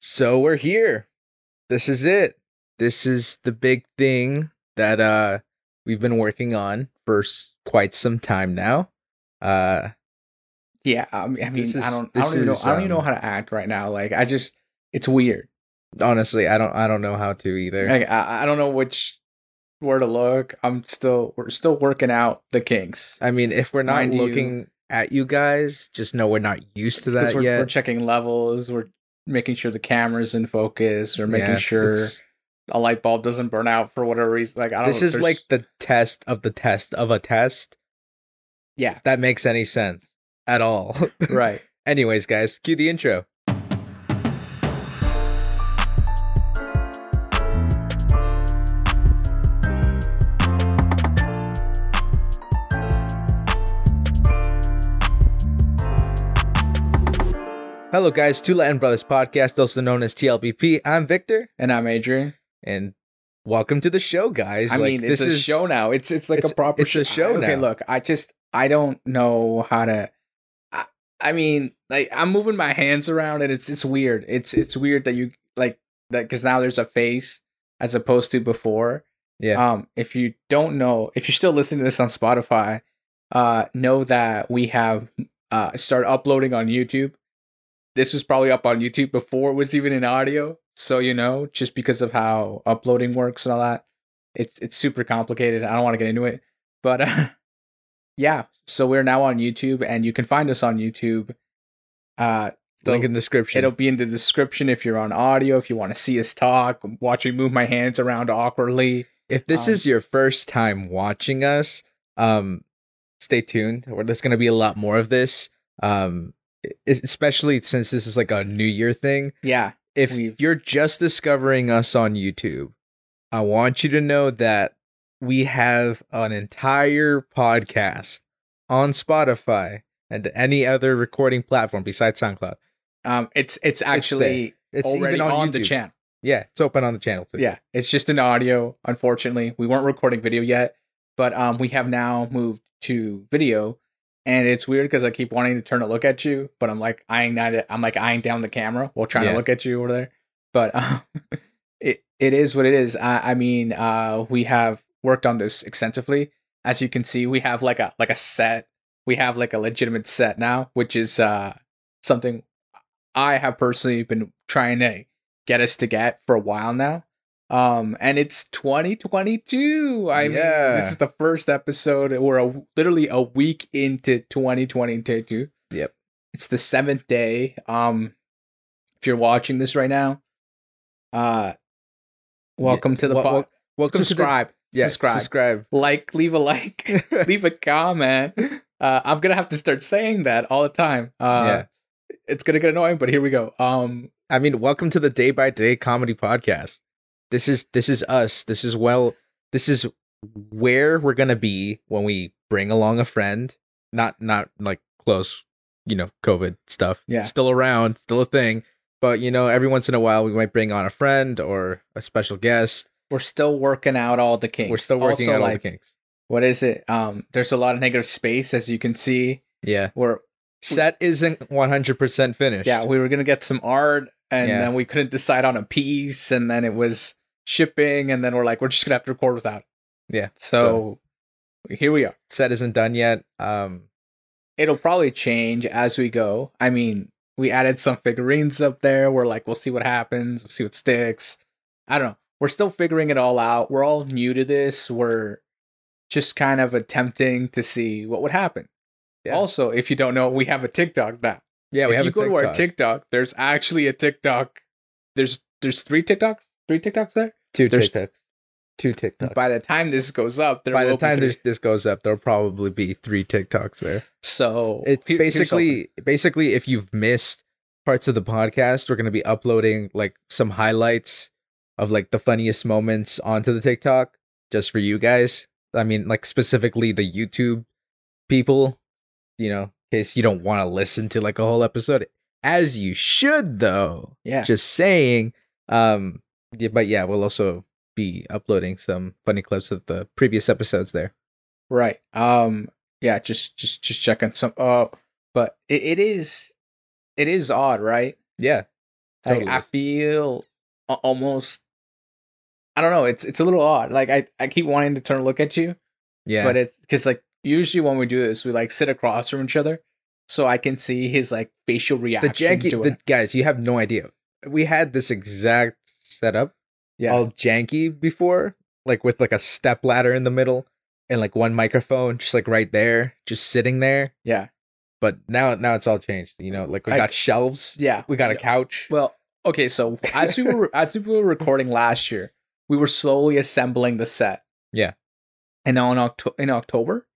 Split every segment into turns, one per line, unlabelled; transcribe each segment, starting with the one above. So we're here. This is it. This is the big thing that uh we've been working on for s- quite some time now. Uh
Yeah, I mean, I, mean,
This
I
is-
don't, I
this
don't even know,
is,
I don't even know
um,
how to act right now. Like, I just, it's weird.
honestly, I don't I don't know how to either.
Like, I, I don't know which where to look. I'm still, we're still working out the kinks.
I mean, if we're not
Mind you-
looking at you guys, just know we're not used to
It's 'cause
that
we're,
yet.
we're checking levels. We're making sure the camera's in focus. We're making
Yeah,
sure
it's-
a light bulb doesn't burn out for whatever reason. Like, I don't.
this
know,
is
there's-
like the test of the test of a test.
Yeah.
If that makes any sense at all.
right.
Anyways, guys, cue the intro. Hello, guys. Two Latin Brothers podcast, also known as TLBP. I'm Victor,
And I'm Adrian.
and welcome to the show, guys.
I
Like,
mean, it's a show now. It's it's like
it's-
a proper.
it's a
sh-
show
Okay,
now.
look, I just I don't know how to. I, I mean, like I'm moving my hands around, and it's it's weird. It's it's weird that you like that because now there's a face as opposed to before.
Yeah.
Um, if you don't know, if you're still listening to this on Spotify, uh, know that we have uh started uploading on YouTube. This was probably up on YouTube before it was even in audio. So you know, just because of how uploading works and all that it's it's super complicated. I don't want to get into it, but uh, yeah. So we're now on YouTube, and you can find us on YouTube. Uh, the-
Link in the description.
it'll be in the description if you're on audio. If you want to see us talk, watch me move my hands around awkwardly.
If this
Um,
is your first time watching us, um, stay tuned. We're- There's going to be a lot more of this, um, es- especially since this is like a New Year thing.
Yeah,
If
We've-
you're just discovering us on YouTube, I want you to know that we have an entire podcast on Spotify and any other recording platform besides SoundCloud.
um, it's it's actually
It's
already
even
on,
on,
the
YouTube.
channel.
Yeah, it's open on the channel too.
Yeah, it's just an audio. Unfortunately, we weren't recording video yet, but um, we have now moved to video, and it's weird because I keep wanting to turn to look at you, but I'm like eyeing that. I'm like eyeing down the camera while trying
Yeah.
to look at you over there. But um, it it is what it is. I I mean, uh, we have worked on this extensively. As you can see, we have like a like a set. We have like a legitimate set now, which is uh something I have personally been trying to get us to get for a while now. Um, and it's 2022. I mean,
Yeah.
this is the first episode. We're a, literally a week into 2022.
Yep.
It's the seventh day. Um, if you're watching this right now, uh, welcome to the
Wel-
pod.
wel- welcome
subscribe.
to the yeah,
subscribe.
subscribe.
Like, leave a like, leave a comment. Uh, I'm gonna have to start saying that all the time. Uh, it's gonna get annoying, but here we go. Um,
I mean, welcome to the day by day comedy podcast. This is this is us. This is well. This is where we're gonna be when we bring along a friend. Not not like close, you know, COVID stuff.
Yeah.
still around, still a thing. But you know, every once in a while, we might bring on a friend or a special guest.
we're still working out all the kinks.
We're still working
Also,
out all
like,
the kinks.
what is it? Um, there's a lot of negative space, as you can see.
Yeah,
We're
set isn't one hundred percent finished.
yeah, we were gonna get some art, and
Yeah.
then we couldn't decide on a piece, and then it was shipping, and then we're like, we're just gonna have to record without. it.
Yeah,
So, here we are.
set isn't done yet. Um,
It'll probably change as we go. I mean, we added some figurines up there. We're like, we'll see what happens. We'll see what sticks. I don't know. We're still figuring it all out. We're all new to this. We're just kind of attempting to see what would happen.
Yeah.
Also, if you don't know, we have a TikTok now.
yeah, we
if
have
you
a
go
TikTok.
to our TikTok, there's actually a TikTok. There's there's three TikToks, three TikToks there.
two
there's-
TikToks, two TikToks.
By the time this goes up, there
by
will
the time
be
this
three.
this goes up, there'll probably be three TikToks there.
so
It's
here- here's something.
basically basically if you've missed parts of the podcast, we're gonna be uploading like some highlights of like the funniest moments onto the TikTok just for you guys. I mean, like specifically the YouTube people, you know, in case you don't want to listen to like a whole episode, as you should though.
yeah.
Just saying. Um, yeah, but yeah, we'll also be uploading some funny clips of the previous episodes there.
Right. Um. Yeah. Just just just checking some. Uh. But it, it is, it is odd, right?
Yeah.
Like
Totally.
I feel a- almost. I don't know. It's it's a little odd. Like I, I keep wanting to turn and look at you,
Yeah.
but it's because like usually when we do this, we like sit across from each other, so I can see his like facial
the
reaction
janky
to
the,
it.
guys, you have no idea. We had this exact setup
Yeah,
all janky before, like with like a step ladder in the middle and like one microphone just like right there, just sitting there.
yeah,
But now now it's all changed. You know, like we
I-
got shelves.
yeah.
We got a couch.
Well, okay. So as we were as we were recording last year, we were slowly assembling the set.
Yeah.
And now in Octo- in October,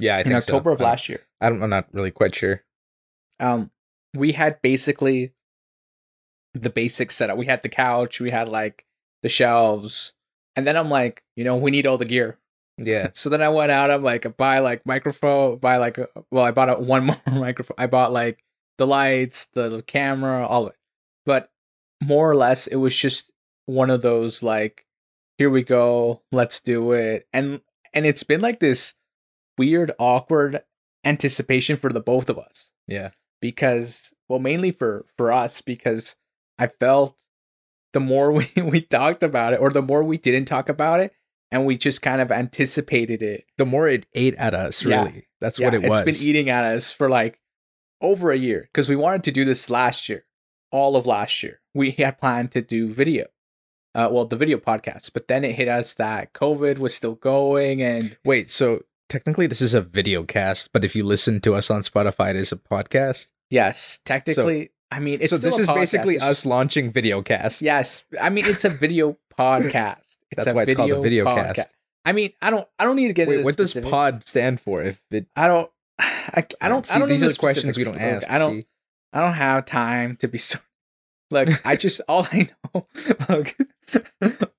yeah, I
in
think so.
October of
I don't-
last year,
I don't, I'm not really quite sure.
um, we had basically the basic setup. We had the couch, we had like the shelves, and then I'm like, you know, we need all the gear.
Yeah,
So then I went out. I'm like, I buy like microphone, buy like, a, well, I bought a, one more microphone. I bought like the lights, the, the camera, all of it. But more or less, it was just one of those like, here we go, let's do it. And and it's been like this weird, awkward anticipation for the both of us
yeah,
because well mainly for for us because i felt the more we we talked about it or the more we didn't talk about it and we just kind of anticipated it
the more it ate at us,
Yeah.
really. That's what it
it's
was.
been eating at us for like over a year because we wanted to do this last year all of last year we had planned to do video uh well the video podcast but then it hit us that covid was still going and
Wait, so technically this is a video cast, but if you listen to us on Spotify, it is a podcast.
yes technically i mean it's
so
still
this
a
is
podcast,
basically
it's
us launching video cast.
Yes, I mean it's a video podcast. It's
That's
a
why it's called a video
podca-
cast.
I mean, I don't, I don't need to get
Wait,
into
what does
specifics.
pod stand for? If it,
I don't, I, I don't,
See,
I don't.
These
know
are
the
the questions we don't
specifics.
ask.
Look, I don't,
see?
I don't have time to be so. Look, I just all I know, look,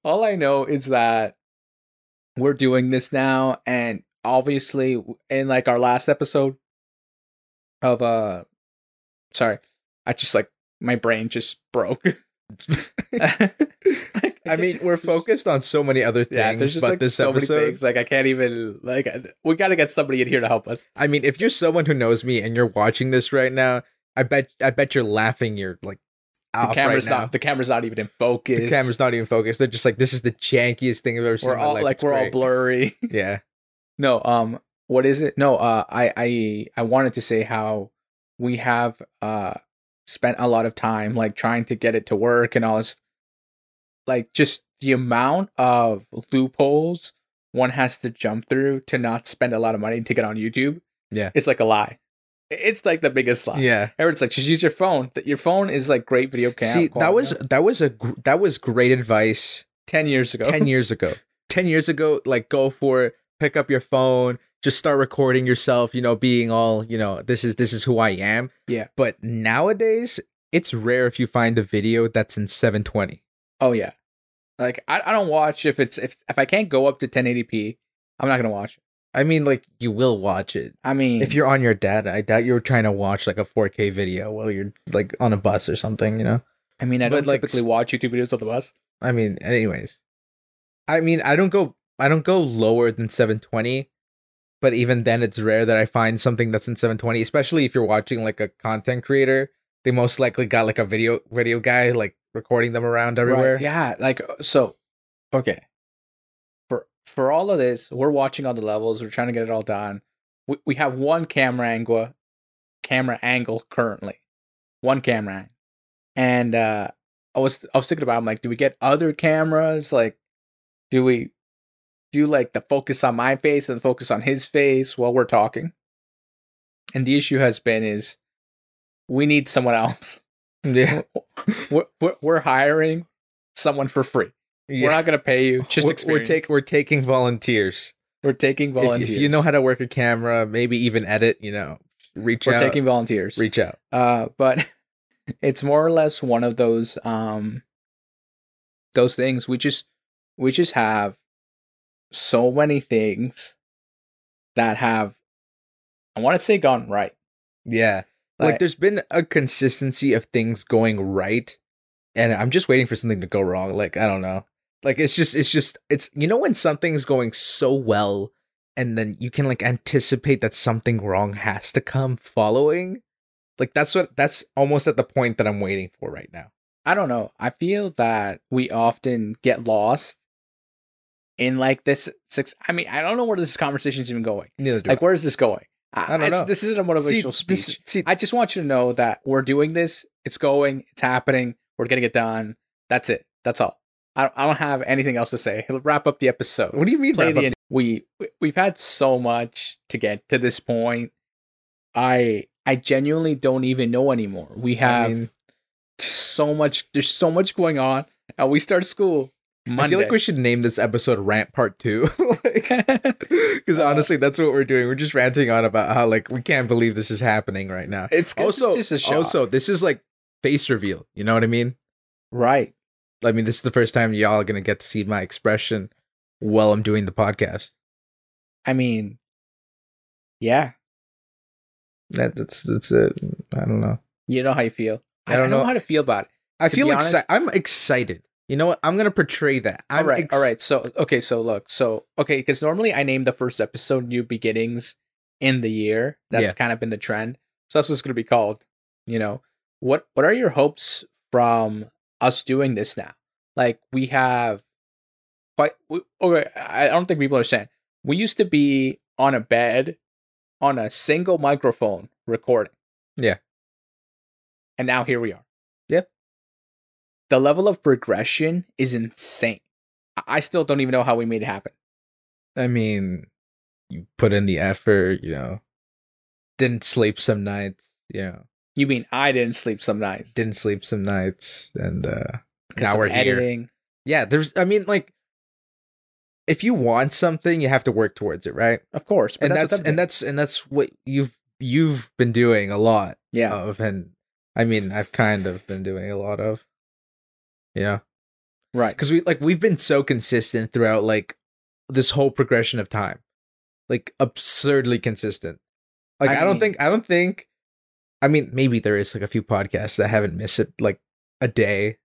all I know is that we're doing this now, and obviously, in like our last episode of uh, sorry, I just like my brain just broke. Like,
I mean, we're focused on so many other things,
Yeah, there's just
but
like
this
so
episode,
many things. Like I can't even like I- we got to get somebody in here to help us.
I mean, if you're someone who knows me and you're watching this right now, I bet, I bet you're laughing. You're like,
The
off
camera's
right
not.
now.
The camera's not even in focus.
The camera's not even focused. They're just like, this is the jankiest thing I've ever seen.
We're
in my
all
life.
like
It's
we're all
great.
blurry.
Yeah,
No, um, what is it? No, uh, I, I, I wanted to say how we have uh spent a lot of time like trying to get it to work and all this, like just the amount of loopholes one has to jump through to not spend a lot of money to get on YouTube.
Yeah.
it's like a lie. It's like the biggest lie.
yeah.
Everyone's like, just use your phone. That your phone is like great video camera.
See, that was that was a gr- that was great advice
ten years ago.
ten years ago. Ten years ago, like go for it. Pick up your phone. Just start recording yourself. You know, being all you know. This is this is who I am.
Yeah.
But nowadays, it's rare if you find a video that's in 720.
Oh yeah. Like I, I don't watch if it's if if I can't go up to 1080p, I'm not gonna watch. it.
I mean, like you will watch it
I mean,
if you're on your data. I doubt you're trying to watch like a 4K video while you're like on a bus or something. You know.
I mean, I
but,
don't
like,
typically
s-
watch YouTube videos on the bus.
I mean, anyways, I mean, I don't go, I don't go lower than 720, but even then, it's rare that I find something that's in 720. Especially if you're watching like a content creator, they most likely got like a video video guy like recording them around everywhere.
Right, Yeah, like uh, so. Okay. For for all of this, we're watching all the levels. We're trying to get it all done. We we have one camera angle, camera angle currently, one camera, ang- and uh, I was I was thinking about. it, I'm like, do we get other cameras? Like, do we do like the focus on my face and focus on his face while we're talking? And the issue has been is we need someone else
Yeah,
we're, we're, we're hiring someone for free. We're not going to pay you. Just
we're, we're,
experience.
take, we're taking volunteers.
we're taking
If-
volunteers.
If, you know how to work a camera, maybe even edit, you know, reach
we're
out.
taking volunteers.
reach out.
Uh, but it's more or less one of those um those things. We just we just have so many things that have I want to say gone right.
Yeah. Like,
Like-
there's been a consistency of things going right and I'm just waiting for something to go wrong. Like I don't know. Like it's just it's just it's you know when something's going so well and then you can like anticipate that something wrong has to come following Like that's what that's almost at the point that I'm waiting for right now.
I don't know. I feel that we often get lost in like this six. I mean, I don't know where this conversation's even going.
Neither do
Like, where's this going?
I don't
it's-
know.
This isn't a
I.
motivational
See,
speech.
this- see,
I just want you to know that we're doing this. It's going. It's happening. We're gonna get done. That's it. That's all. I don't, I don't have anything else to say. He'll wrap up the episode.
what do you mean?
Play
wrap
the
up?
end- we we- we've had so much to get to this point. I I genuinely don't even know anymore. We have
I mean,
just so much. There's so much going on, and we start school Monday.
I feel like we should name this episode "Rant Part 2. because
Uh,
honestly, that's what we're doing. We're just ranting on about how like we can't believe this is happening right now.
it's 'cause
Also,
it's just a shock.
also, this is like face reveal. You know what I mean?
right.
I mean, this is the first time y'all are gonna get to see my expression while I'm doing the podcast.
I mean, yeah,
That, that's that's it. I don't know.
you know how you feel.
I don't know.
how to feel about it.
I
To
feel
be
exci-
honest-
I'm excited. You know what? I'm gonna portray that. I'm
all right,
ex-
all right. So okay, so look, so okay, because normally I name the first episode "New Beginnings" in the year. That's
Yeah.
kind of been the trend. So that's what's going to be called. You know what? What are your hopes from us doing this now? Like we have, quite we, okay. I I don't think people understand. We used to be on a bed, on a single microphone recording.
Yeah.
And now here we are.
Yeah.
The level of progression is insane. I- I still don't even know how we made it happen.
I mean, you put in the effort. You know, didn't sleep some nights. You know,
You mean I didn't sleep some nights?
didn't sleep some nights, and uh
because
now
of
we're here.
editing.
Yeah, there's I mean like if you want something, you have to work towards it, right?
Of course, but
and that's,
that's,
and that's and that's what you've you've been doing a lot
yeah.
of and I mean, I've kind of been doing a lot of. Yeah.
Right.
Cuz we like we've been so consistent throughout like this whole progression of time. Like absurdly consistent. Like
I
I, don't
mean-
think I don't think I mean, maybe there is like a few podcasts that haven't missed it like a day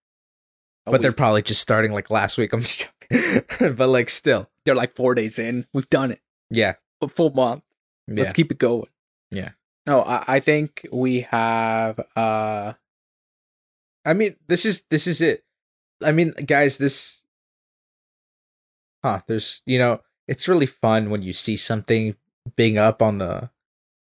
A
but they're
week.
probably just starting like last week. I'm just joking, but like still,
they're like four days in. We've done it.
yeah,
A full month.
yeah.
Let's keep it going.
Yeah.
No, I, I think we have uh
I mean, this is this is it. I mean, guys, this, huh? There's you know, it's really fun when you see something being up on the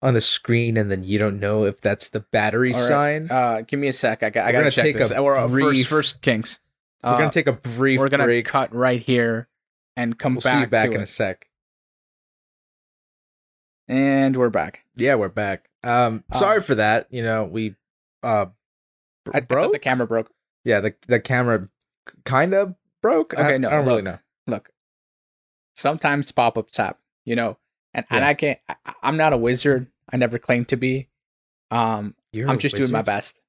on the screen, and then you don't know if that's the battery
All right.
sign.
uh give me a sec. I, got- I
We're
gotta
gonna
check
take
this.
a
we're uh,
brief-
first first kinks.
we're
Uh,
gonna take a brief
we're gonna
break.
cut right here and come
we'll
back,
see you back
to
in a
it.
sec.
and we're back.
Yeah, we're back. Um,
Um,
sorry for that. You know, we uh, bro.
I, I thought the camera broke.
yeah, the the camera kind of broke. I-
Okay, no,
I don't really
look.
know.
look sometimes pop-ups happen you know and, and
Yeah.
i can't I, I- i'm not a wizard i never claimed to be um
You're
i'm
a
just doing my
wizard?
best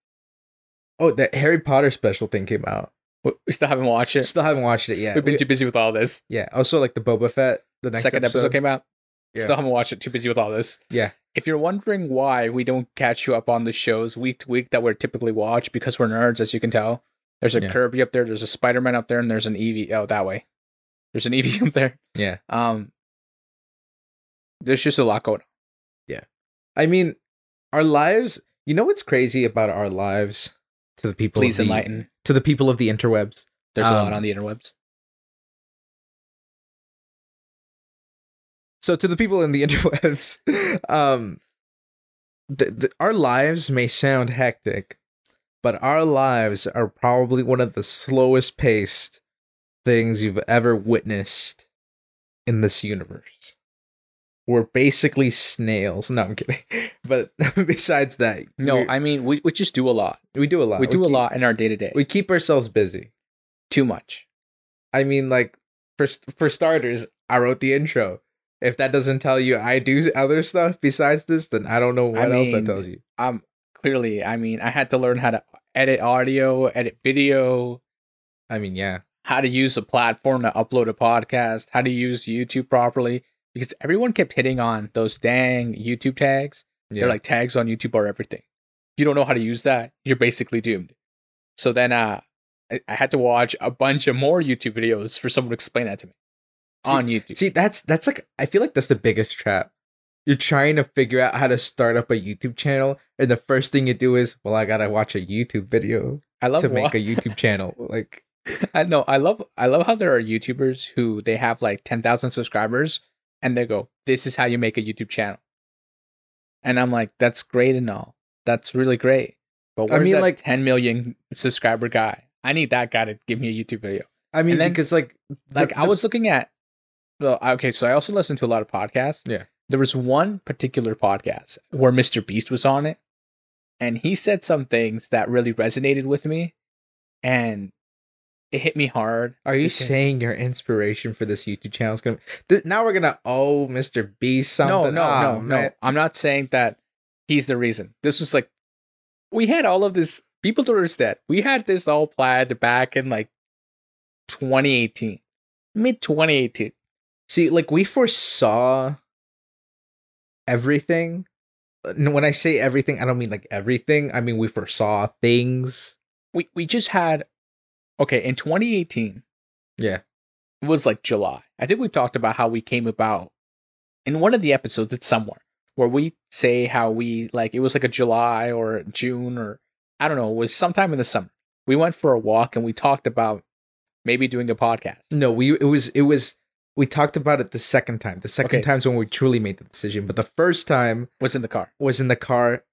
Oh, that Harry Potter special thing came out.
we, we still haven't watched it
Still haven't watched it yet.
we've been
We-
too busy with all this
yeah. Also, like the Boba Fett, the next
second episode, came out
Yeah.
still haven't watched it too busy with all this
Yeah.
if you're wondering why we don't catch you up on the shows week to week that we're typically watch because we're nerds as you can tell there's a
Yeah.
kirby up there there's a spider-man up there and there's an eevee oh that way there's an eevee up there
Yeah.
um there's just a lot going on
I mean, our lives. You know what's crazy about our lives to the people?
please
of the,
enlighten
to the people of the interwebs.
There's a
Um,
lot on the interwebs.
So to the people in the interwebs, um, the, the, our lives may sound hectic, but our lives are probably one of the slowest paced things you've ever witnessed in this universe. We're basically snails. No, I'm kidding. But besides that,
No,
we,
I mean we, we just do a lot.
we do a lot.
We do a
keep-
lot in our day to day.
We keep ourselves busy.
Too much.
I mean, like for for starters, I wrote the intro. If that doesn't tell you I do other stuff besides this, then I don't know what
I
else
mean-
that tells you.
Um, clearly, I mean, I had to learn how to edit audio, edit video,
I mean, yeah,
how to use a platform to upload a podcast, how to use YouTube properly, because everyone kept hitting on those dang YouTube tags.
yeah.
They're like tags on YouTube are everything. If you don't know how to use that, you're basically doomed. So then, uh, I, I had to watch a bunch of more YouTube videos for someone to explain that to me on YouTube.
see, that's that's like I feel like that's the biggest trap you're trying to figure out how to start up a YouTube channel, and the first thing you do is, well, I gotta watch a YouTube video
I love
to
wa-
make a YouTube channel. Like,
I know. I love. I love how there are YouTubers who they have like ten thousand subscribers, and they go, "This is how you make a YouTube channel." And I'm like, "That's great and all. That's really great." But
I
where's
mean,
that
like-
ten million subscriber guy? I need that guy to give me a YouTube video.
I mean,
And then-
because like, the-
Like I
the-
was looking at. Well, okay, so I also listen to a lot of podcasts.
Yeah.
There was one particular podcast where Mr. Beast was on it, and he said some things that really resonated with me, and it hit me hard.
Are you
because-
saying your inspiration for this YouTube channel is gonna? Th- now we're gonna owe Mr. B something. Ah,
No, no,
Aw,
no, no.
man.
I'm not saying that he's the reason. This was like we had all of this. People don't understand. We had this all planned back in like 2018, mid 2018.
See, like we foresaw everything. And When I say everything, I don't mean like everything. I mean we foresaw things.
We we just had okay in 2018.
Yeah.
It was like July. I think we talked about how we came about in one of the episodes. It's somewhere where we say how we like it was like a July or June or I don't know. It was sometime in the summer. We went for a walk and we talked about maybe doing a podcast.
No, we it was it was we talked about it the second time. The second
Okay.
time's when we truly made the decision, but the first time
was in the car.
was in the car,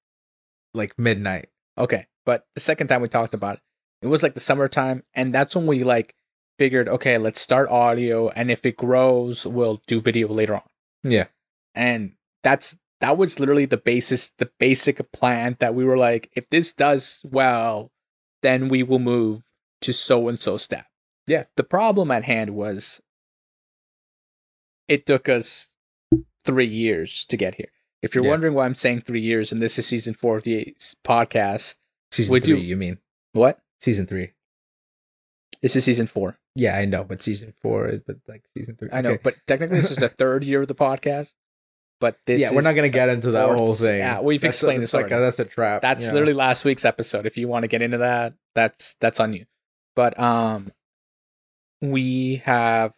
like midnight.
Okay. But the second time we talked about it, it was like the summertime. And that's when we like figured, okay, let's start audio. And if it grows, we'll do video later on.
Yeah.
And that's, that was literally the basis, the basic plan that we were like, if this does well, then we will move to so and so step.
Yeah.
The problem at hand was it took us three years to get here. If you're
Yeah.
wondering why I'm saying three years and this is season four of the podcast,
Season
Would
three,
you-
you mean
what?
season three?
This is season four.
Yeah, I know, but season four, but like season three.
I know,
Okay.
but technically this is the third year of the podcast. But this
yeah, we're not
is
gonna
the
get into that
fourth-
whole thing.
Yeah, we've
That's a-
explained
that's
this
like
already.
a, that's a trap.
that's
yeah.
literally last week's episode. If you want to get into that, that's that's on you. But um we have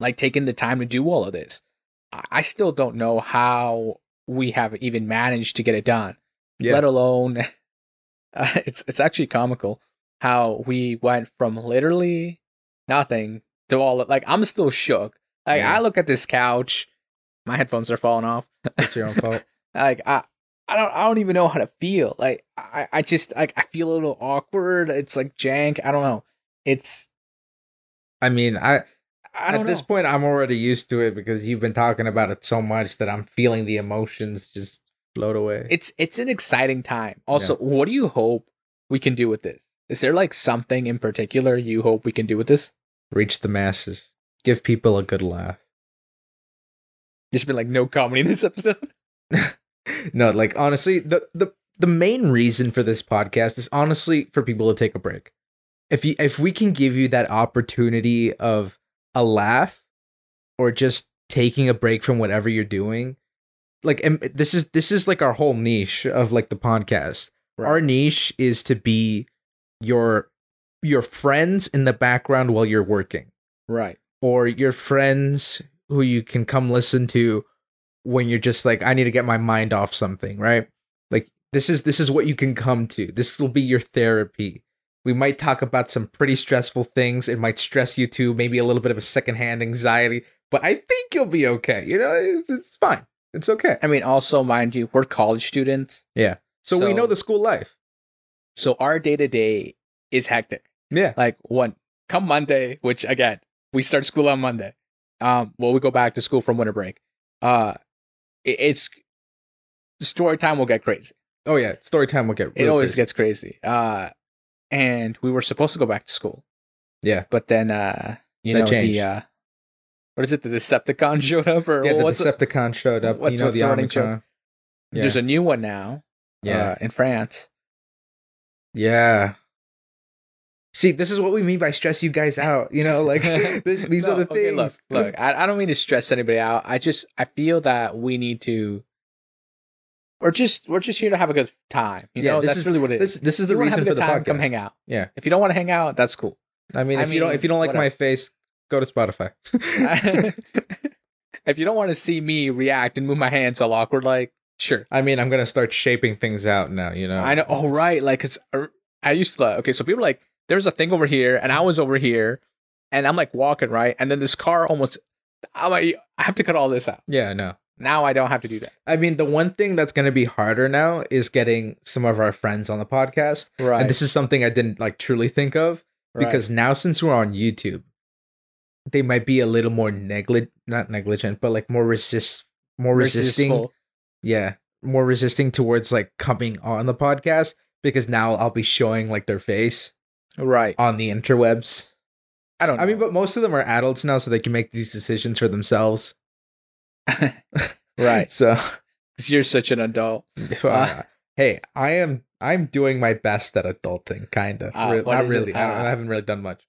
like taken the time to do all of this. I- I still don't know how we have even managed to get it done.
yeah.
let alone uh, it's it's actually comical how we went from literally nothing to all like I'm still shook. Like
Yeah.
I look at this couch, my headphones are falling off.
it's your own fault.
Like I I don't I don't even know how to feel. Like I I just like I feel a little awkward. It's like jank. I don't know. It's
I mean, I
I
at
don't
this
know.
point I'm already used to it because you've been talking about it so much that I'm feeling the emotions just float away.
it's it's an exciting time. Also, what do you hope we can do with this? Is there like something in particular you hope we can do with this?
Reach the masses. Give people a good laugh.
Just been like no comedy in this episode.
no, like honestly, the the the main reason for this podcast is honestly for people to take a break. If you if we can give you that opportunity of a laugh or just taking a break from whatever you're doing, like and this is this is like our whole niche of like the podcast. Our niche is to be your your friends in the background while you're working
Right.
or your friends who you can come listen to when you're just like I need to get my mind off something, right? Like this is this is what you can come to. This will be your therapy. We might talk about some pretty stressful things. It might stress you too, maybe a little bit of a secondhand anxiety, but I think you'll be okay. You know, it's, it's fine. It's okay.
I mean, also, mind you, we're college students.
Yeah. So, we
So-
know the school life.
So our day to day is hectic.
Yeah.
Like, one, come Monday, which again, we start school on Monday. Um, well, we go back to school from winter break. Uh, it, it's story time will get crazy.
Oh yeah. Story time will get.
It always gets crazy. Uh, and we were supposed to go back to school.
Yeah.
But then, uh, you
That
know,
changed.
the, uh, what is it? The Decepticon showed up or
Yeah, the
what's it?
Decepticon showed up.
what's-
you know
what's
the
the running uh,
Omicron. Yeah.
There's a new one now.
yeah.
Uh, in France.
Yeah. See, this is what we mean by stress you guys out. You know, like this, these
No,
are the
okay,
things.
Look, look, I, I don't mean to stress anybody out. I just I feel that we need to. We're just we're just here to have a good time. You
Yeah,
know,
this
that's
is-
really what it
this
is.
this is
If
the
you wanna have
reason
a
for
good
the
time,
podcast.
Come hang out.
Yeah,
If you don't want to hang out, that's cool.
I mean,
I
if you don't
mean,
if you don't like my
whatever.
face, go to Spotify.
if you don't want to see me react and move my hands all awkward, like sure.
I mean, I'm gonna start shaping things out now. You know.
I know. Oh right, like cause uh, I used to. Okay, so people like there's a thing over here, and I was over here, and I'm like walking right, and then this car almost. I'm like, I have to cut all this out.
Yeah. No.
Now I don't have to do that.
I mean, the one thing that's gonna be harder now is getting some of our friends on the podcast,
Right.
and this is something I didn't like truly think of because now since we're on YouTube, they might be a little more negligent, not negligent, but like more resist, more resisting. yeah more resisting towards like coming on the podcast because now i'll be showing like their face
Right.
on the interwebs
I don't. Know.
i mean but most of them are adults now so they can make these decisions for themselves
right.
so
Because you're such an adult.
uh, hey i am i'm doing my best at adulting kind of
Uh, what
not
is it?
really I, don't-
Uh,
I haven't really done much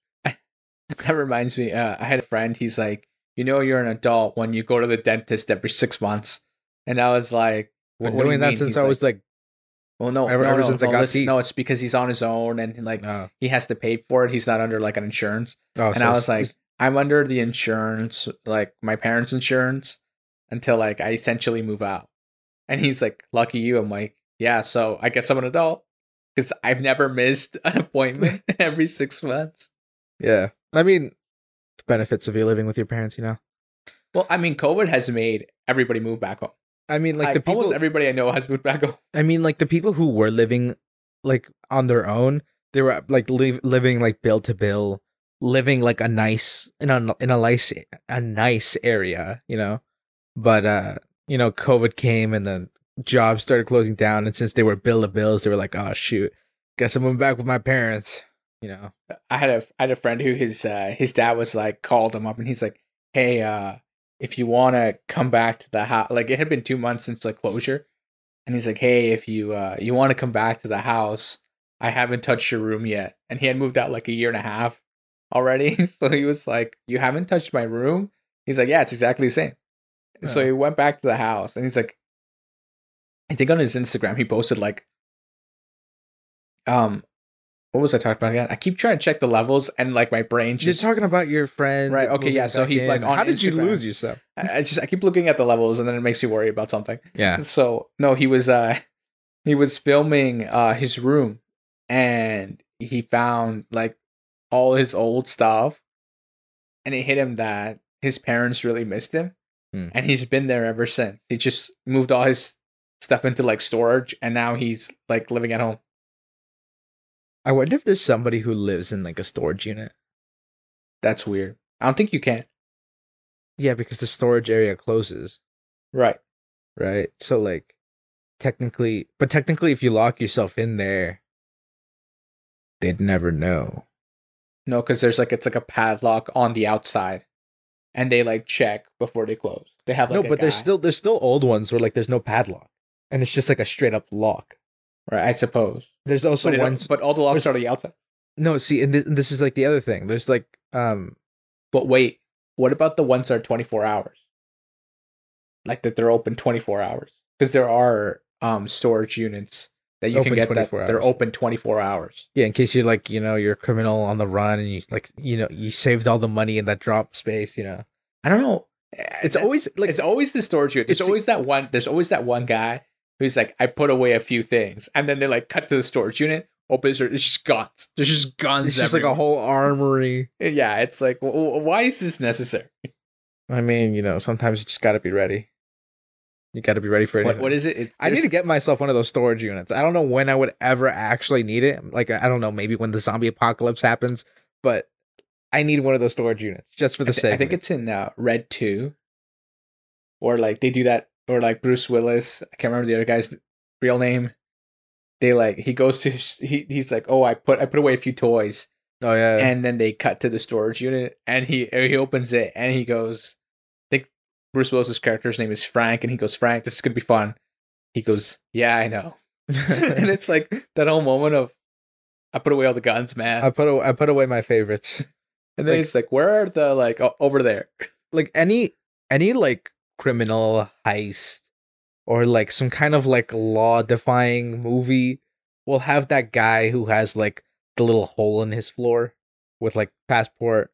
That reminds me. Uh, I had a friend. He's like, you know, you're an adult when you go to the dentist every six months, and I was like,
been
what do you
doing that
mean?
since
He's
i
like-
was like,
well, no,
ever-
no,
ever
no,
since I
no,
got
listen,
teeth.
no, it's because he's on his own and like
oh,
he has to pay for it. He's not under like an insurance.
oh,
and
so
I
it's-
was like, I'm under the insurance, like my parents' insurance, until like I essentially move out. And he's like, "Lucky you." I'm like, "Yeah." So I guess I'm an adult because I've never missed an appointment every six months.
yeah i mean the benefits of you living with your parents you know
Well, I mean, COVID has made everybody move back home.
i mean like the people
almost everybody I know has moved back home.
I mean, like the people who were living like on their own, they were like live, living like bill to bill, living like a nice in a in a nice a nice area, you know. But uh, you know, COVID came and the jobs started closing down, and since they were bill to bills, they were like, oh shoot, guess I'm moving back with my parents, you know.
I had a I had a friend who his uh, his dad was like called him up and he's like, "Hey, uh, if you want to come back to the house, like it had been two months since like closure, and he's like, "Hey, if you uh, you want to come back to the house, I haven't touched your room yet." And he had moved out like a year and a half already, so he was like, "You haven't touched my room." He's like, "Yeah, it's exactly the same." So
Yeah.
he went back to the house and he's like, I think on his Instagram he posted like, um, what was I talking about again? I keep trying to check the levels and like my brain just
You're talking about your friend,
Right, okay,
moving
yeah, so
back
he,
in.
like, on
how did you
Instagram-
lose yourself?
I I just I keep looking at the levels and then it makes you worry about something.
Yeah,
So no, he was uh he was filming uh his room and he found like all his old stuff and it hit him that his parents really missed him
Hmm.
and he's been there ever since. He just moved all his stuff into like storage and now he's like living at home.
I wonder if there's somebody who lives in like a storage unit.
That's weird. I don't think you can.
Yeah, because the storage area closes.
Right.
right? So like technically, but technically if you lock yourself in there, they'd never know.
No, because there's like it's like a padlock on the outside and they like check before they close. They have like
no,
a
but there's
guy.
still there's still old ones where like there's no padlock and it's just like a straight up lock.
right, I suppose.
There's also
but, it-
ones
but all the locks are on the outside.
no, see and, th- this is like the other thing. There's like um
But wait, what about the ones that are 24 hours? Like that they're open 24 hours because there are um storage units that you
Open
can get that
24
they're
hours.
open 24 hours.
yeah, in case you're like, you know, you're a criminal on the run and you like, you know, you saved all the money in that drop space, you know.
I don't know.
It's always like
it's always the storage unit. There's
it's-
always that one. There's always that one guy who's like, I put away a few things, and then they like cut to the storage unit. Opens it, it's just guns. There's just guns.
it's just like a
everywhere.
whole armory.
Yeah, it's like, w- w- why is this necessary?
I mean, you know, sometimes you just got to be ready. You got to be ready for it.
What, what is it? It's,
I need
there's-
to get myself one of those storage units. I don't know when I would ever actually need it. Like I don't know, maybe when the zombie apocalypse happens, but I need one of those storage units just for the
I, thi-
sake.
I think
of it.
it's in uh, Red Two, or like they do that, or like Bruce Willis. I can't remember the other guy's real name. They like he goes to his, he he's like, oh, I put I put away a few toys,
oh yeah,
and then they cut to the storage unit, and he he opens it, and he goes, I think Bruce Willis's character's name is Frank, and he goes, Frank, this is gonna be fun. He goes, yeah, I know, and it's like that whole moment of, I put away all the guns, man,
I put aw- I put away my favorites.
and then
like-
it's uh, like, where are the like oh, over there?
Like any any like criminal heist or like some kind of like law defying movie will have that guy who has like the little hole in his floor with like passport,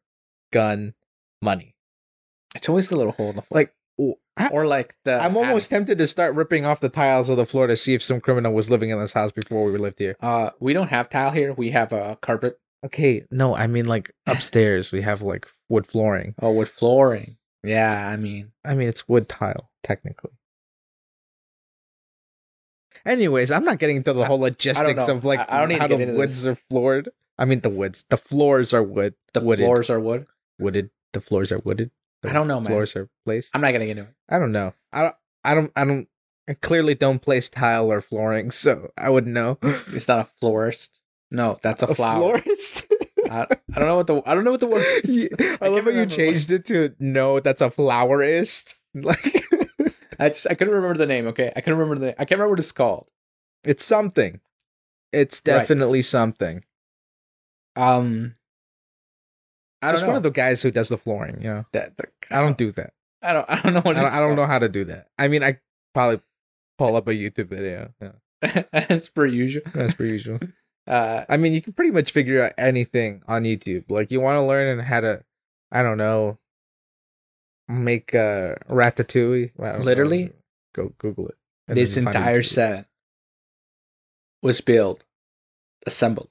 gun, money.
It's always the little hole in the floor.
Like I-
or like the
I'm almost
attic.
tempted to start ripping off the tiles of the floor to see if some criminal was living in this house before we lived here.
uh we don't have tile here. We have a carpet
Okay, no, I mean like upstairs we have like wood flooring.
oh with flooring. Yeah, I mean
I mean it's wood tile technically. Anyways, I'm not getting into the
I-
whole logistics
know.
of like
I- I don't need to
how
get
the
into
woods are floored. I mean the woods, the floors are wood,
the
wooded,
floors are wood.
wooded. The floors are wooded. The
I don't know, man.
Floors are placed.
I'm not gonna get into it.
I don't know. I don't. I don't. I don't. I clearly don't place tile or flooring, so I wouldn't know.
It's not a florist. No, that's a, flower.
florist.
I, I don't know what the I don't know what the word.
You- I, love
I can't
how you
remember
changed it to no. That's a flowerist. Like
I just I couldn't remember the name. Okay, I couldn't remember the. I can't remember what it's called.
it's something. It's
Right.
definitely something.
Um, I don't
Just
know.
one of the guys who does the flooring. You know,
That- that-
I don't do that.
I don't. I don't know
I
what.
don't,
it's
I don't know how to do that. I mean, I probably pull up a YouTube video. Yeah,
called. As per usual.
that's per usual.
Uh,
I mean, you can pretty much figure out anything on YouTube. Like, you want to learn how to, I don't know, make a ratatouille. Well, I don't know.
Literally?
go Google it. and
this
then find
entire
YouTube.
set was built, assembled,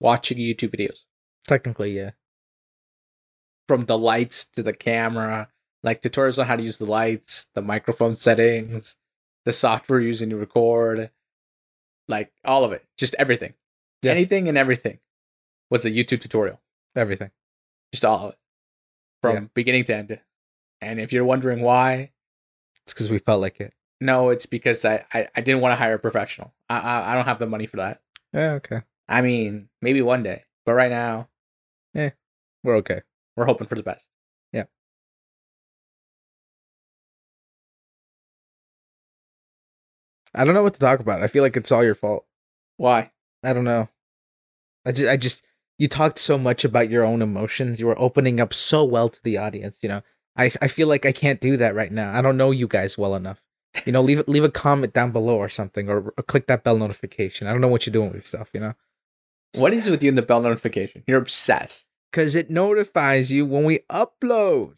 watching YouTube videos
Technically, yeah.
from the lights to the camera, like tutorials on how to use the lights, the microphone settings, the software using to record, like all of it, just everything,
Yeah.
anything and everything was a YouTube tutorial.
Everything.
just all of it from
Yeah.
beginning to end. And if you're wondering why,
It's because we felt like it.
no, it's because I I, I didn't want to hire a professional. I, I I don't have the money for that.
Yeah, okay.
I mean, maybe one day, but right now
We're okay.
we're hoping for the best.
Yeah. I don't know what to talk about. I feel like it's all your fault.
Why?
I don't know. I just, I just, you talked so much about your own emotions. You were opening up so well to the audience. You know, I, I feel like I can't do that right now. I don't know you guys well enough. You know, leave, leave a comment down below or something, or, or click that bell notification. I don't know what you're doing with yourself. You know,
What is it with you and the bell notification? You're obsessed.
because it notifies you when we upload.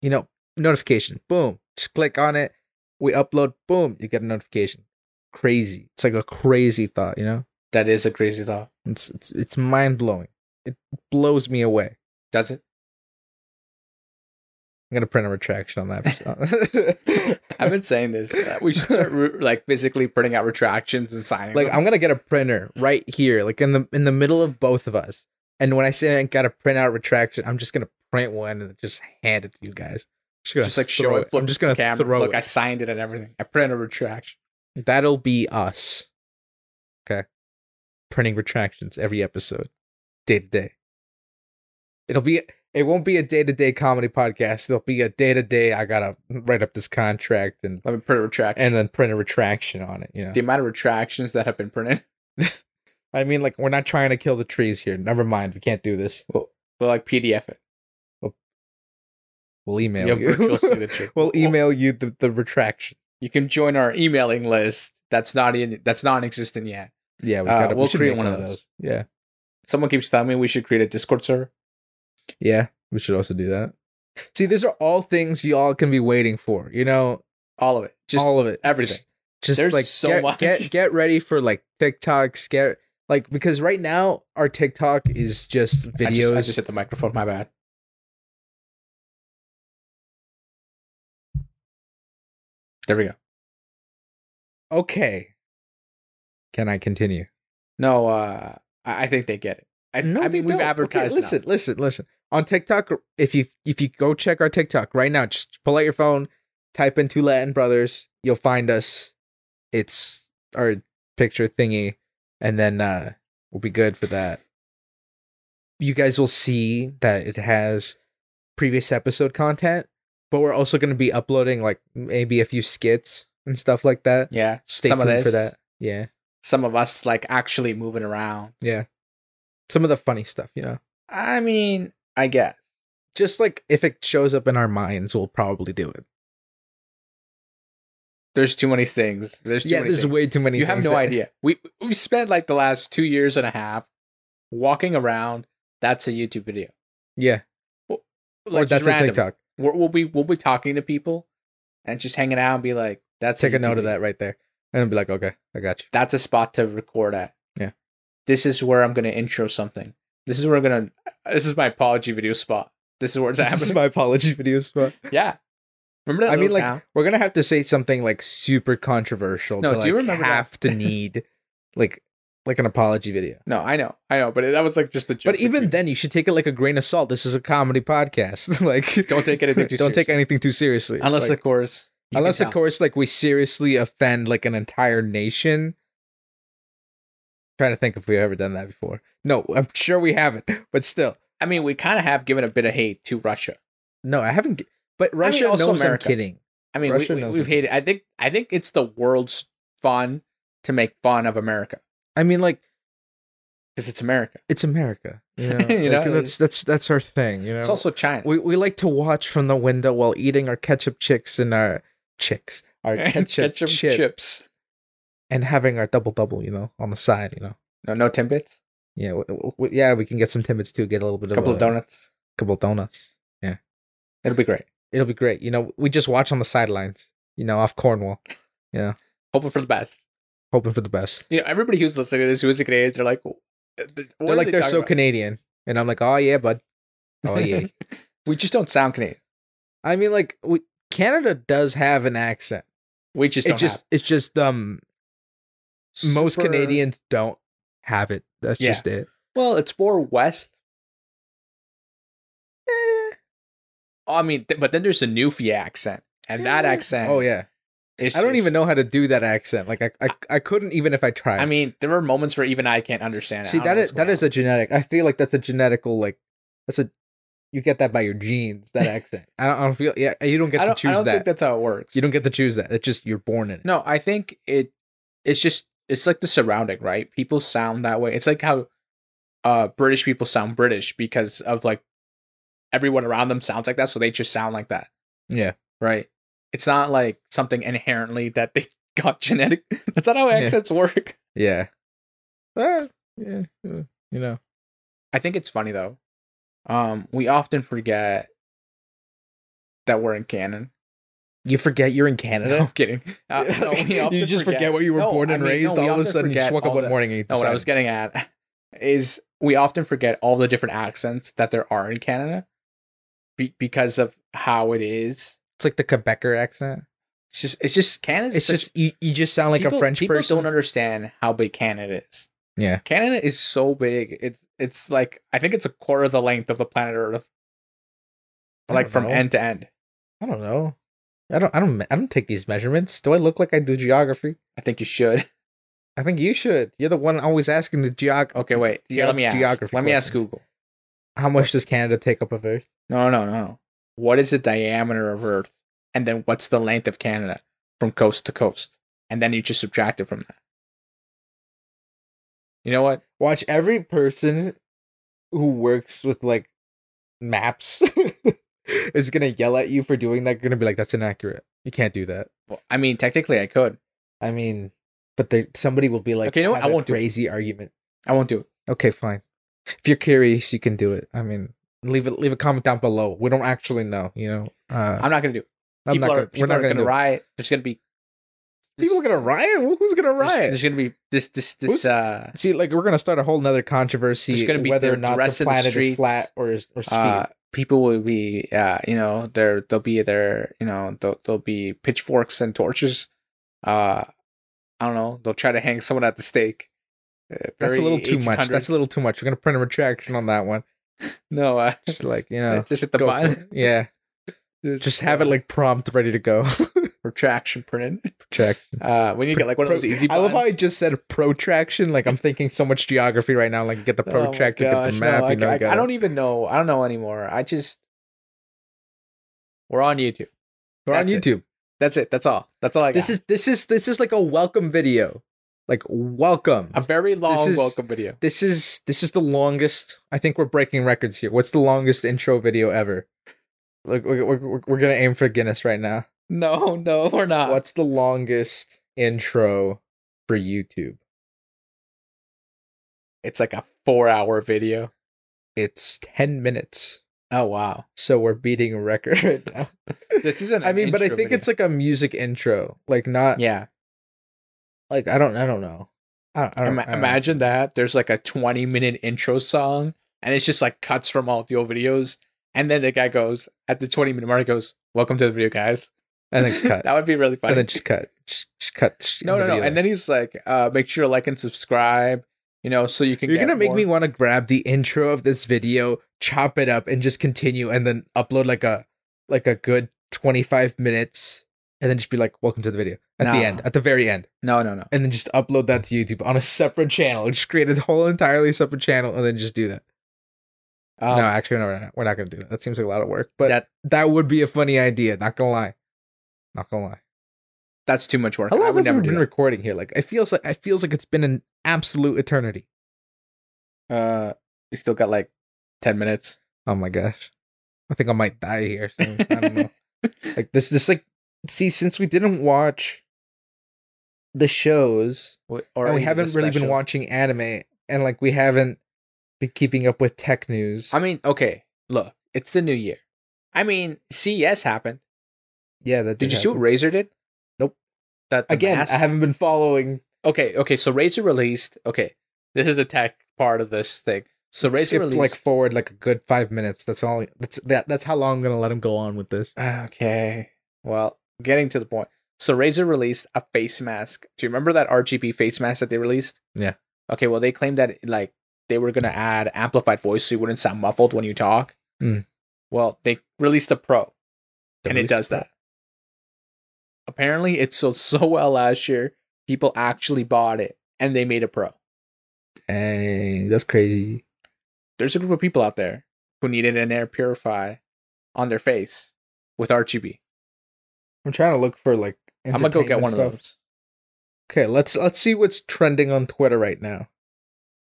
You know, notification. Boom. Just click on it. We upload. Boom. You get a notification. Crazy. It's like a crazy thought. You know.
That is a crazy thought.
It's it's it's mind blowing. It blows me away.
Does it?
I'm gonna print a retraction on that.
I've been saying this. uh, We should start re- like physically printing out retractions and signing.
like
them.
I'm gonna get a printer right here, like in the in the middle of both of us. And when I say I gotta print out retraction, I'm just gonna print one and just hand it to you guys. Just, gonna
just like
throw
show it.
it. I'm just gonna
camera.
throw
Look, I
it.
signed it and everything. I printed a retraction.
That'll be us. Okay, printing retractions every episode, day to day. It'll be. It won't be a day to day comedy podcast. It'll be a day to day. I gotta write up this contract and
Let me print a retraction.
and then print a retraction on it. You know,
the amount of retractions that have been printed.
I mean, like we're not trying to kill the trees here. Never mind, we can't do this.
Well, like PDF it.
We'll email
Your
you.
virtual signature.
we'll email you the, the retraction.
You can join our emailing list. That's not in. That's non-existent yet.
Yeah, we
Uh,
gotta,
we'll
should
create
make
one of those.
Yeah,
Someone keeps telling me we should create a Discord server.
yeah, we should also do that. See, these are all things y'all can be waiting for. You know,
All of it. Just
all of it,
everything.
Just,
There's
like
so
get,
much.
get get ready for like TikToks. Get like because right now our TikTok is just
I just-
videos.
I just, hit the microphone. My bad. There we go.
okay, can I continue?
No, uh, I, I think they get it. I, I
they
mean, we've
don't. Okay,
advertised. enough.
listen, listen, listen. On TikTok, if you if you go check our TikTok right now, just pull out your phone, type in two Latin brothers, you'll find us. It's our picture thingy, and then uh we'll be good for that. You guys will see that it has previous episode content, but we're also going to be uploading like maybe a few skits and stuff like that.
Yeah.
Stay
some
tuned
of this,
for that. Yeah,
Some of us like actually moving around.
yeah. Some of the funny stuff, you know.
I mean, I guess.
just like if it shows up in our minds, we'll probably do it.
There's too many things. There's too
yeah,
many
there's
things.
way too many.
you have
things
no
that-
idea. We we spent like the last two years and a half walking around. That's a YouTube video.
Yeah,
Like
or that's
just random.
a TikTok.
We're, we'll be we'll be talking to people and just hanging out and be like, "That's
Take a
YouTube
note of
video.
that right there, and I'll be like, okay, I got you.
That's a spot to record at.
Yeah.
This is where I'm gonna intro something. This is where I'm gonna. This is my apology video spot. This is where it's
This
happening.
is my apology videos, but
yeah. Remember that?
I mean,
little
like
town?
we're gonna have to say something like super controversial.
No,
to,
do you
like,
remember that?
have to need like like an apology video?
No, I know, I know, but that was like just the. joke
But even
between-
then, you should take it like a grain of salt. This is a comedy podcast. like,
Don't take anything too
don't take
seriously.
anything too seriously.
unless
like,
of course, you can
unless
tell.
of course, like we seriously offend like an entire nation. trying to think if we've ever done that before. No, I'm sure we haven't. But still,
I mean, we kind of have given a bit of hate to Russia.
no, I haven't. g- But Russia
also
knows
America.
I'm kidding.
I mean,
Russia
we, we,
knows
we've
it.
hated. I think I think it's the world's fun to make fun of America
I mean, like
because it's America.
it's America. You know,
You know?
Like, that's that's that's our thing. You know,
It's also China.
We we like to watch from the window while eating our ketchup chicks and our chicks, our ketchup,
Ketchup
chip,
chips.
and having our double double, you know, on the side, you know.
No, no timbits.
Yeah, w- w- w- yeah, we can get some timbits too. Get a little bit
A
of
couple of
a-
donuts.
couple of donuts.
It'll be great.
It'll be great. You know, we just watch on the sidelines. You know, off Cornwall,
Hoping for the best.
hoping for the best.
You know, everybody who's listening to this who is a Canadian, they're like, what
they're
are
like
they
they are
talking
so
about?
Canadian, and I'm like, oh yeah, bud. Oh yeah.
we just don't sound Canadian.
I mean, like we, Canada does have an accent.
We just
it
don't
just it's just um
have
most
super-
Canadians don't have it. That's
Yeah.
just it.
Well, it's more West.
Eh.
I mean, th- but then there's the Newfie accent, and that
Eh.
accent.
Oh yeah,
is
I don't even
just-
know how to do that accent. Like I, I, I couldn't even if I tried.
I mean, there are moments where even I can't understand. it.
see
I don't
that
know
is
what's
that
going
is
on.
a genetic. I feel like that's a genetical like that's a you get that by your genes that accent. I don't, I don't feel yeah you don't get
I don't,
to
I
choose
don't
that.
think that's how it works.
You don't get to choose that. It's just you're born in it.
No, I think it. It's just it's like the surrounding, right? People sound that way. It's like how uh British people sound British because of like everyone around them sounds like that, so they just sound like that,
Yeah.
right? It's not like something inherently that they got genetic. That's not how
Yeah.
accents work.
Yeah. Well, yeah. uh, You know.
I think it's funny though. Um, we often forget that we're in canon.
You forget you're in Canada.
No, I'm kidding. Uh, no, we
you
often
just forget, where you were
No,
born
I
and
mean, no,
raised.
we
all of a
often
sudden, you
forget
just woke up
all
one
the-
morning and you
No, Oh, what
decided-
I was getting at is we often forget all the different accents that there are in Canada be- because of how it is.
it's like the Quebecer accent.
It's just it's just Canada.
It's just you, you. just sound like a French
people
person.
don't understand how big Canada is.
Yeah.
Canada is so big. It's it's like I think it's a quarter of the length of the planet Earth,
I
like
don't
from
know.
end to end.
I don't know. I don't. I don't. me- I don't take these measurements. Do I look like I do geography?
I think you should.
I think you should. You're the one always asking the geog.
Okay, wait. Yeah,
Geo-
let me ask.
geography
let me ask
questions.
Google.
How much does Canada take up of Earth?
No, no, no. What is the diameter of Earth? And then what's the length of Canada from coast to coast? And then you just subtract it from that. You know what?
Watch every person who works with like maps is gonna yell at you for doing that. You're gonna be like, "That's inaccurate. You can't do that."
Well, I mean, technically, I could.
I mean, but there, somebody will be like,
Okay, you know what?
have
I
a
won't do it.
crazy argument."
I won't do it.
Okay, fine. If you're curious, you can do it. I mean, leave it. Leave a comment down below. We don't actually know. You know, uh,
I'm not going to do it.
I'm
People
not
are,
gonna, we're
people
not
are
gonna,
going to
do it.
riot. There's going to be.
People are
this-
gonna riot. Well, Who's gonna
there's-
riot?
There's, going to be this, this,
Who's-
this, uh,
See, like we're gonna start a whole nother controversy.
There's gonna be
whether or
the
not
dress
the
in the
planet is
streets,
flat or is or sphere.
uh, people will be, uh, you know, they're, they'll be there, you know, they'll, they'll be pitchforks and torches. Uh, I don't know. They'll try to hang someone at the stake. Uh,
That's a
very
little too much. That's
1800s.
a little too much. We're gonna print a retraction on that one.
No, uh,
Just like you know,
just at the
go for it.
bottom.
Yeah, just have it like prompt ready to go.
retraction printed.
Check.
Uh, when you get like one of those easy.
I love how I
buttons.
just said protraction. Like I'm thinking so much geography right now. Like get the
Oh my
protractor, get the
gosh, no,
map.
I,
you know,
I-
you
I
gotta-
don't even know. I don't know anymore. I just we're on YouTube.
We're on
that's it.
YouTube.
That's it. That's all. That's all I got.
This is this is this is like a welcome video. Like welcome.
a very long
is-
welcome video.
this is this is the longest. I think we're breaking records here. What's the longest intro video ever? Like we're we're, we're- we're gonna aim for Guinness right now.
No, no, we're not.
What's the longest intro for YouTube?
It's like a four-hour video.
It's ten minutes.
Oh wow.
So we're beating a record right now.
This isn't.
I
an
mean, but I
intro
think
video.
it's like a music intro, like not
yeah.
like I don't I don't know. I don't, I don't,
Ima-
I don't know.
imagine that there's like a 20 minute intro song, and it's just like cuts from all the old videos, and then the guy goes at the 20 minute mark he goes, "Welcome to the video, guys."
and then cut
that would be really funny.
and then just cut just, just cut. just
no,
end
no,
the
no.
video.
And then he's like, uh, "Make sure to like and subscribe." You know, so you can.
you're
get
gonna make
more-
me want to grab the intro of this video, chop it up, and just continue, and then upload like a like a good 25 minutes, and then just be like, "Welcome to the video" at
Nah.
the end, at the very end,
No, no, no.
and then just upload that to YouTube on a separate channel. Just create a whole entirely separate channel, and then just do that.
Um,
no, actually, no, we're not, we're not gonna do that. That seems like a lot of work, but that,
that
would be a funny idea. Not gonna lie, not gonna lie.
that's too much work.
How
I
long
would
have
never
we
do
been
that.
recording here? Like, it feels like it feels like it's been an absolute eternity.
Uh, we still got like 10 minutes.
Oh my gosh. I think I might die here. Soon. I don't know. Like this this like see, since we didn't watch the shows
or
and we
even
haven't
the
really been
special.
watching anime and like we haven't been keeping up with tech news.
I mean, okay, look, it's the new year. I mean, CES happened.
yeah, that
Did you see what
happen.
Razer did?
Nope.
That the
again,
mask-
I haven't been following
okay, okay. So Razer released. Okay, this is the tech part of this thing. So Razer
skipped,
released.
like forward like a good 5 minutes. That's all that's that, that's how long I'm going to let him go on with this.
okay. Well, getting to the point. So Razer released a face mask. Do you remember that RGB face mask that they released?
Yeah.
Okay. Well, they claimed that like they were gonna add amplified voice so you wouldn't sound muffled when you talk.
Mm.
Well, they released a Pro.
They
and it
released a
does
pro-
that. Apparently, it sold so well last year, people actually bought it and they made a pro.
Dang, that's crazy.
There's a group of people out there who needed an air purifier on their face with RGB.
I'm trying to look for like
I'm gonna go get
entertainment
one
stuff.
of those.
Okay, let's let's see what's trending on Twitter right now.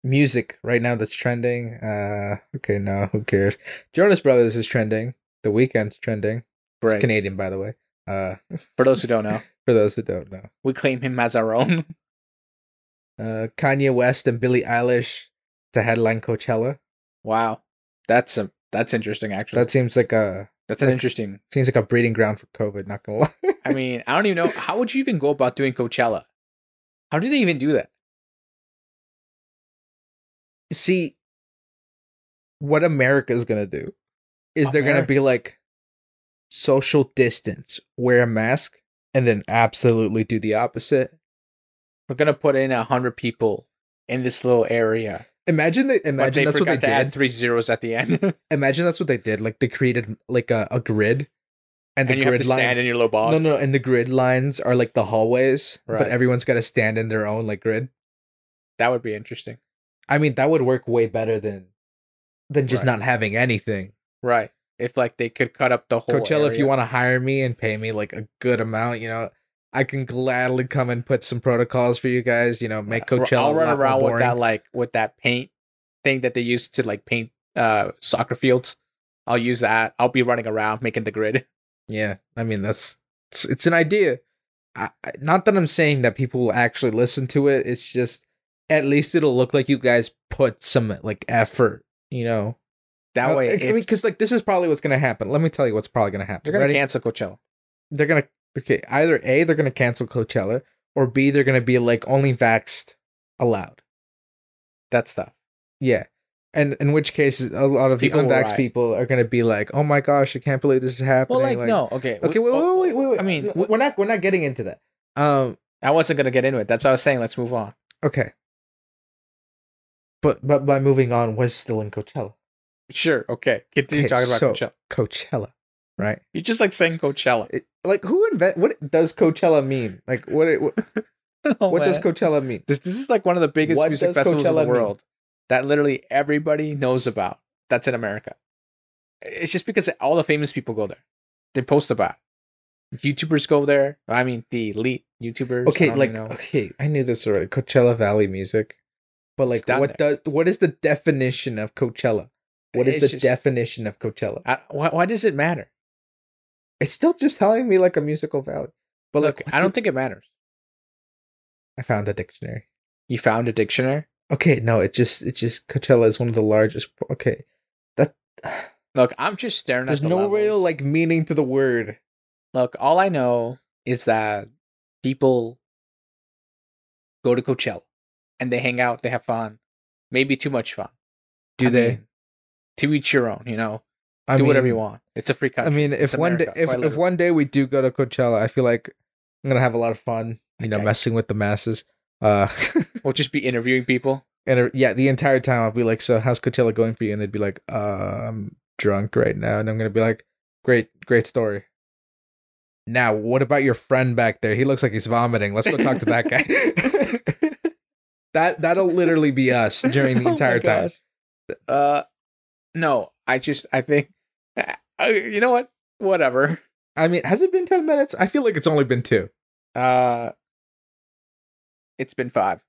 Music right now that's trending. Uh okay, no, who cares? Jonas Brothers is trending. The weekend's trending. It's
Right.
Canadian, by the way. Uh
For those who don't know,
for those who don't know.
we claim him as our own.
Uh Kanye West and Billie Eilish to headline Coachella.
wow, that's a that's interesting. Actually,
That
that's
seems like a
that's an interesting.
seems like a breeding ground for COVID, not gonna lie.
I mean, I don't even know how would you even go about doing Coachella. How do they even do that?
see what America's gonna do is they're gonna
America.
be like social distance, wear a mask, and then absolutely do the opposite.
We're gonna put in a hundred people in this little area.
Imagine that. Imagine
but they
that's what
forgot
they
to add
did.
three zeros at the end, and,
imagine that's what they did. Like they created like a, a grid, and the
you have
grid
to
lines.
stand in your little box.
no, no, and the grid lines are like the hallways,
Right.
but everyone's got to stand in their own like grid.
that would be interesting,
I mean, that would work way better than than just
Right.
not having anything.
right? If like they could cut up the whole
Coachella, if you
area.
want to hire me and pay me like a good amount, you know, I can gladly come and put some protocols for you guys. You know, make
Yeah,
Coachella.
I'll
a lot
run
more
around with that
boring.
like with that paint thing that they use to like paint uh soccer fields. I'll use that. I'll be running around making the grid.
Yeah, I mean that's it's, it's an idea. I, I- not that I'm saying that people will actually listen to it. It's just at least it'll look like you guys put some like effort. You know,
That
Uh,
way,
I,
if,
mean, because like this is probably what's gonna happen. Let me tell you what's probably gonna happen.
they're gonna
Ready?
cancel Coachella.
they're gonna okay either a they're gonna cancel Coachella or b they're gonna be like only vaxxed allowed.
That stuff.
Yeah. And in which case, a lot of
People
the
will
unvaxxed
riot.
people are going to be like, "Oh my gosh, I can't believe this is happening."
Well, like, no, okay, oh,
Okay, wait, wait, wait, wait, wait.
I mean,
No, we're not we're not getting into that. Um,
I wasn't gonna get into it. That's what I was saying. Let's move on.
okay. But but by moving on, was still in Coachella,
Sure. Okay. Continue
Okay,
talking about
so-
Coachella.
Coachella, right?
You're just like saying Coachella.
It, like, who invent? What does Coachella mean? Like, what it, what,
Oh,
what does Coachella mean?
This this is like one of the biggest
What
music
does
festivals in
Coachella
the
mean?
world that literally everybody knows about. That's in America. It's just because all the famous people go there. They post about. it. YouTubers go there. I mean, the elite YouTubers. I
Okay,
don't
like,
even know.
okay, I knew this already. Coachella Valley music, but like,
down
what does what is the definition of Coachella? What is
It's
the
just-
definition of Coachella?
I, why, why does it matter?
It's still just telling me like a musical valley. But
Look,
like,
I don't think it matters.
I found a dictionary.
You found a dictionary.
Okay, no, it just it just Coachella is one of the largest. Okay, that
Look, I'm just staring
There's
at the
no real
levels.
like meaning to the word.
Look, all I know is that people go to Coachella and they hang out, they have fun. Maybe too much fun.
Do
I
they?
mean, to each your own, you know.
I
Do whatever you
mean,
want. It's a
I
free country.
mean, if
It's
one day,
America,
if,
quite
if
literally.
one day we do go to Coachella, I feel like I'm gonna have a lot of fun. You know,
Okay.
messing with the masses. Uh,
we'll just be interviewing people.
and uh, yeah, the entire time I'll be like, "So how's Coachella going for you?" And they'd be like, uh, "I'm drunk right now," and I'm gonna be like, "Great, great story." Now, what about your friend back there? He looks like he's vomiting. Let's go talk to that guy. that that'll literally be us during
Oh
the
my
entire time.
gosh. Uh no, I just I think uh, you know what? Whatever.
I mean, has it been ten minutes? I feel like it's only been two.
Uh it's been 5.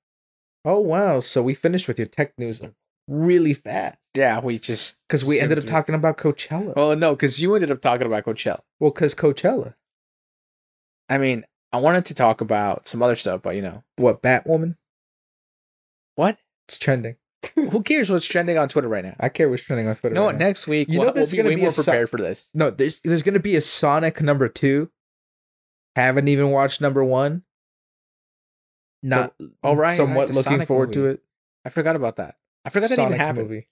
Oh wow! So we finished with your tech news really fast
Yeah, we just
because we ended up
talking.
talking about Coachella. Well,
Well, no, because you ended up talking about Coachella.
because Coachella,
I mean, I wanted to talk about some other stuff, but you know
what Batwoman?
what?
It's trending.
Who cares what's trending on Twitter right now?
I care what's trending on Twitter.
You know
right
what?
now.
Next week,
You
we'll,
know
we'll
there's
be
gonna
way
be a
more
su-
prepared for this.
No, there's there's gonna be a Sonic number two. Haven't even watched number one. Not
Oh, right, right,
somewhat
the
looking
Sonic
forward to
movie.
it.
I forgot about that. I forgot that even happened.
movie.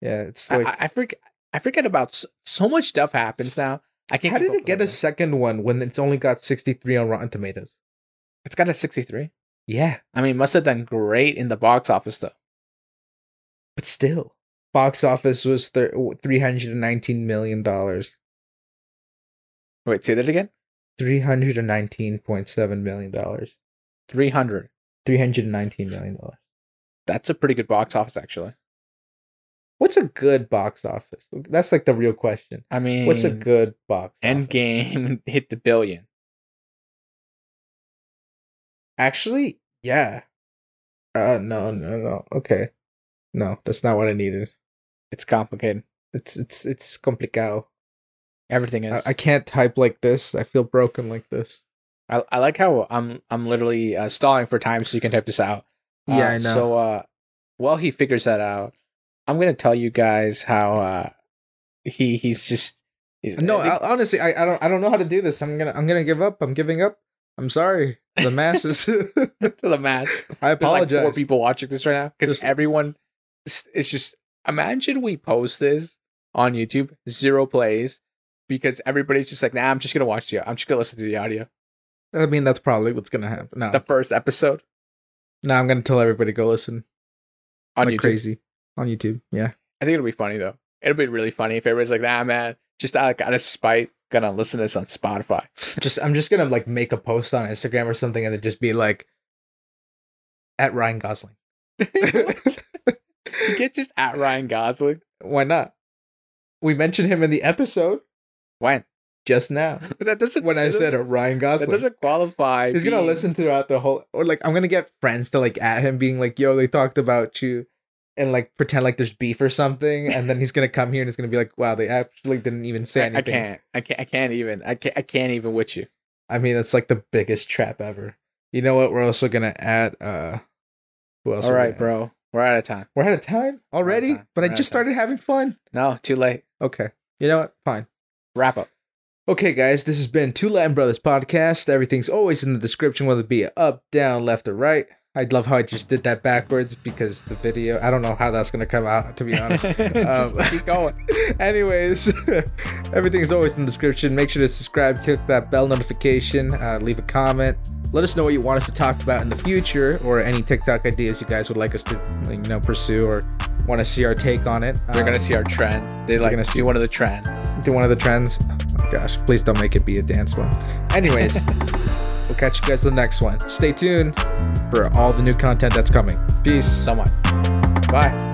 Yeah, it's
I-
like
I, I forget. I forget about s- so much stuff happens now. I can't.
how
keep
did
up
it
with
get a
everything.
second one when it's only got sixty three on Rotten Tomatoes?
It's got a sixty-three.
Yeah,
I mean, it must have done great in the box office though.
but still, box office was three hundred and nineteen million dollars.
Wait, say that again.
Three hundred and nineteen point seven million dollars.
Three hundred.
Three hundred and nineteen million dollars.
That's a pretty good box office actually.
What's a good box office? That's like the real question.
I mean,
What's a good box? office?
Endgame hit the billion.
Actually, yeah. Uh no, no, no. Okay. No, that's not what I needed.
It's complicated.
It's it's it's complicado.
Everything
I,
is.
I can't type like this. I feel broken like this.
I, I like how I'm I'm literally uh, stalling for time so you can type this out. Uh,
Yeah, I know.
So uh, while he figures that out, I'm gonna tell you guys how uh, he he's just he's,
No,
I
I, honestly, I, I don't I don't know how to do this. I'm gonna I'm gonna give up. I'm giving up. I'm sorry. The masses.
think- to the math.
I
There's like
apologize.
four people watching this right now because
Just-
everyone s- it's just imagine we post this on YouTube zero plays because everybody's just like nah I'm just gonna watch the I'm just gonna listen to the audio
Uh-huh. I mean, that's probably what's gonna happen. No,
the first episode
no, I'm gonna tell everybody go listen.
on
like
YouTube.
crazy on YouTube. Yeah.
I think it'll be funny though. It'll be really funny if everybody's like, "Nah, man, just uh, out, out of spite, gonna listen to this on Spotify."
just I'm just gonna like make a post on Instagram or something and then just be like at Ryan Gosling.
You Get just at Ryan Gosling.
Why not? We mentioned him in the episode
When?
just now
But that doesn't.
when I
that doesn't-
said uh, Ryan
that
Gosling.
doesn't qualify.
He's gonna
being-
listen throughout the whole, or like I'm gonna get friends to like at him, being like, "Yo, they talked about you," and like pretend like there's beef or something, and then he's gonna come here and it's gonna be like, "Wow, they actually didn't even say
I,
anything."
I can't. I can't. I can't even. I can't. I can't even with you.
I mean, that's like the biggest trap ever. You know what? We're also gonna add. uh Who else?
All
are we
right,
gonna
bro. We're out of time.
We're out of time already,
time.
but
We're out
I
of
just
time.
started having fun.
No, too late.
Okay. You know what? Fine.
Wrap up.
Okay, guys, this has been Two Latin Brothers Podcast. Everything's always in the description, whether it be up, down, left, or right. I'd love how I just did that backwards because the video, I don't know how that's going to come out, to be honest.
just
Um,
keep going.
Anyways, everything's always in the description. Make sure to subscribe, click that bell notification, uh, leave a comment. Let us know what you want us to talk about in the future, or any TikTok ideas you guys would like us to, you know, pursue or want to see our take on it.
They're
Um,
gonna see our trend. They
gonna
like gonna
see-
do one of the trends.
do one of the trends. Oh, gosh, please don't make it be a dance one. Anyways, we'll catch you guys in the next one. Stay tuned for all the new content that's coming. Peace.
So much. Bye.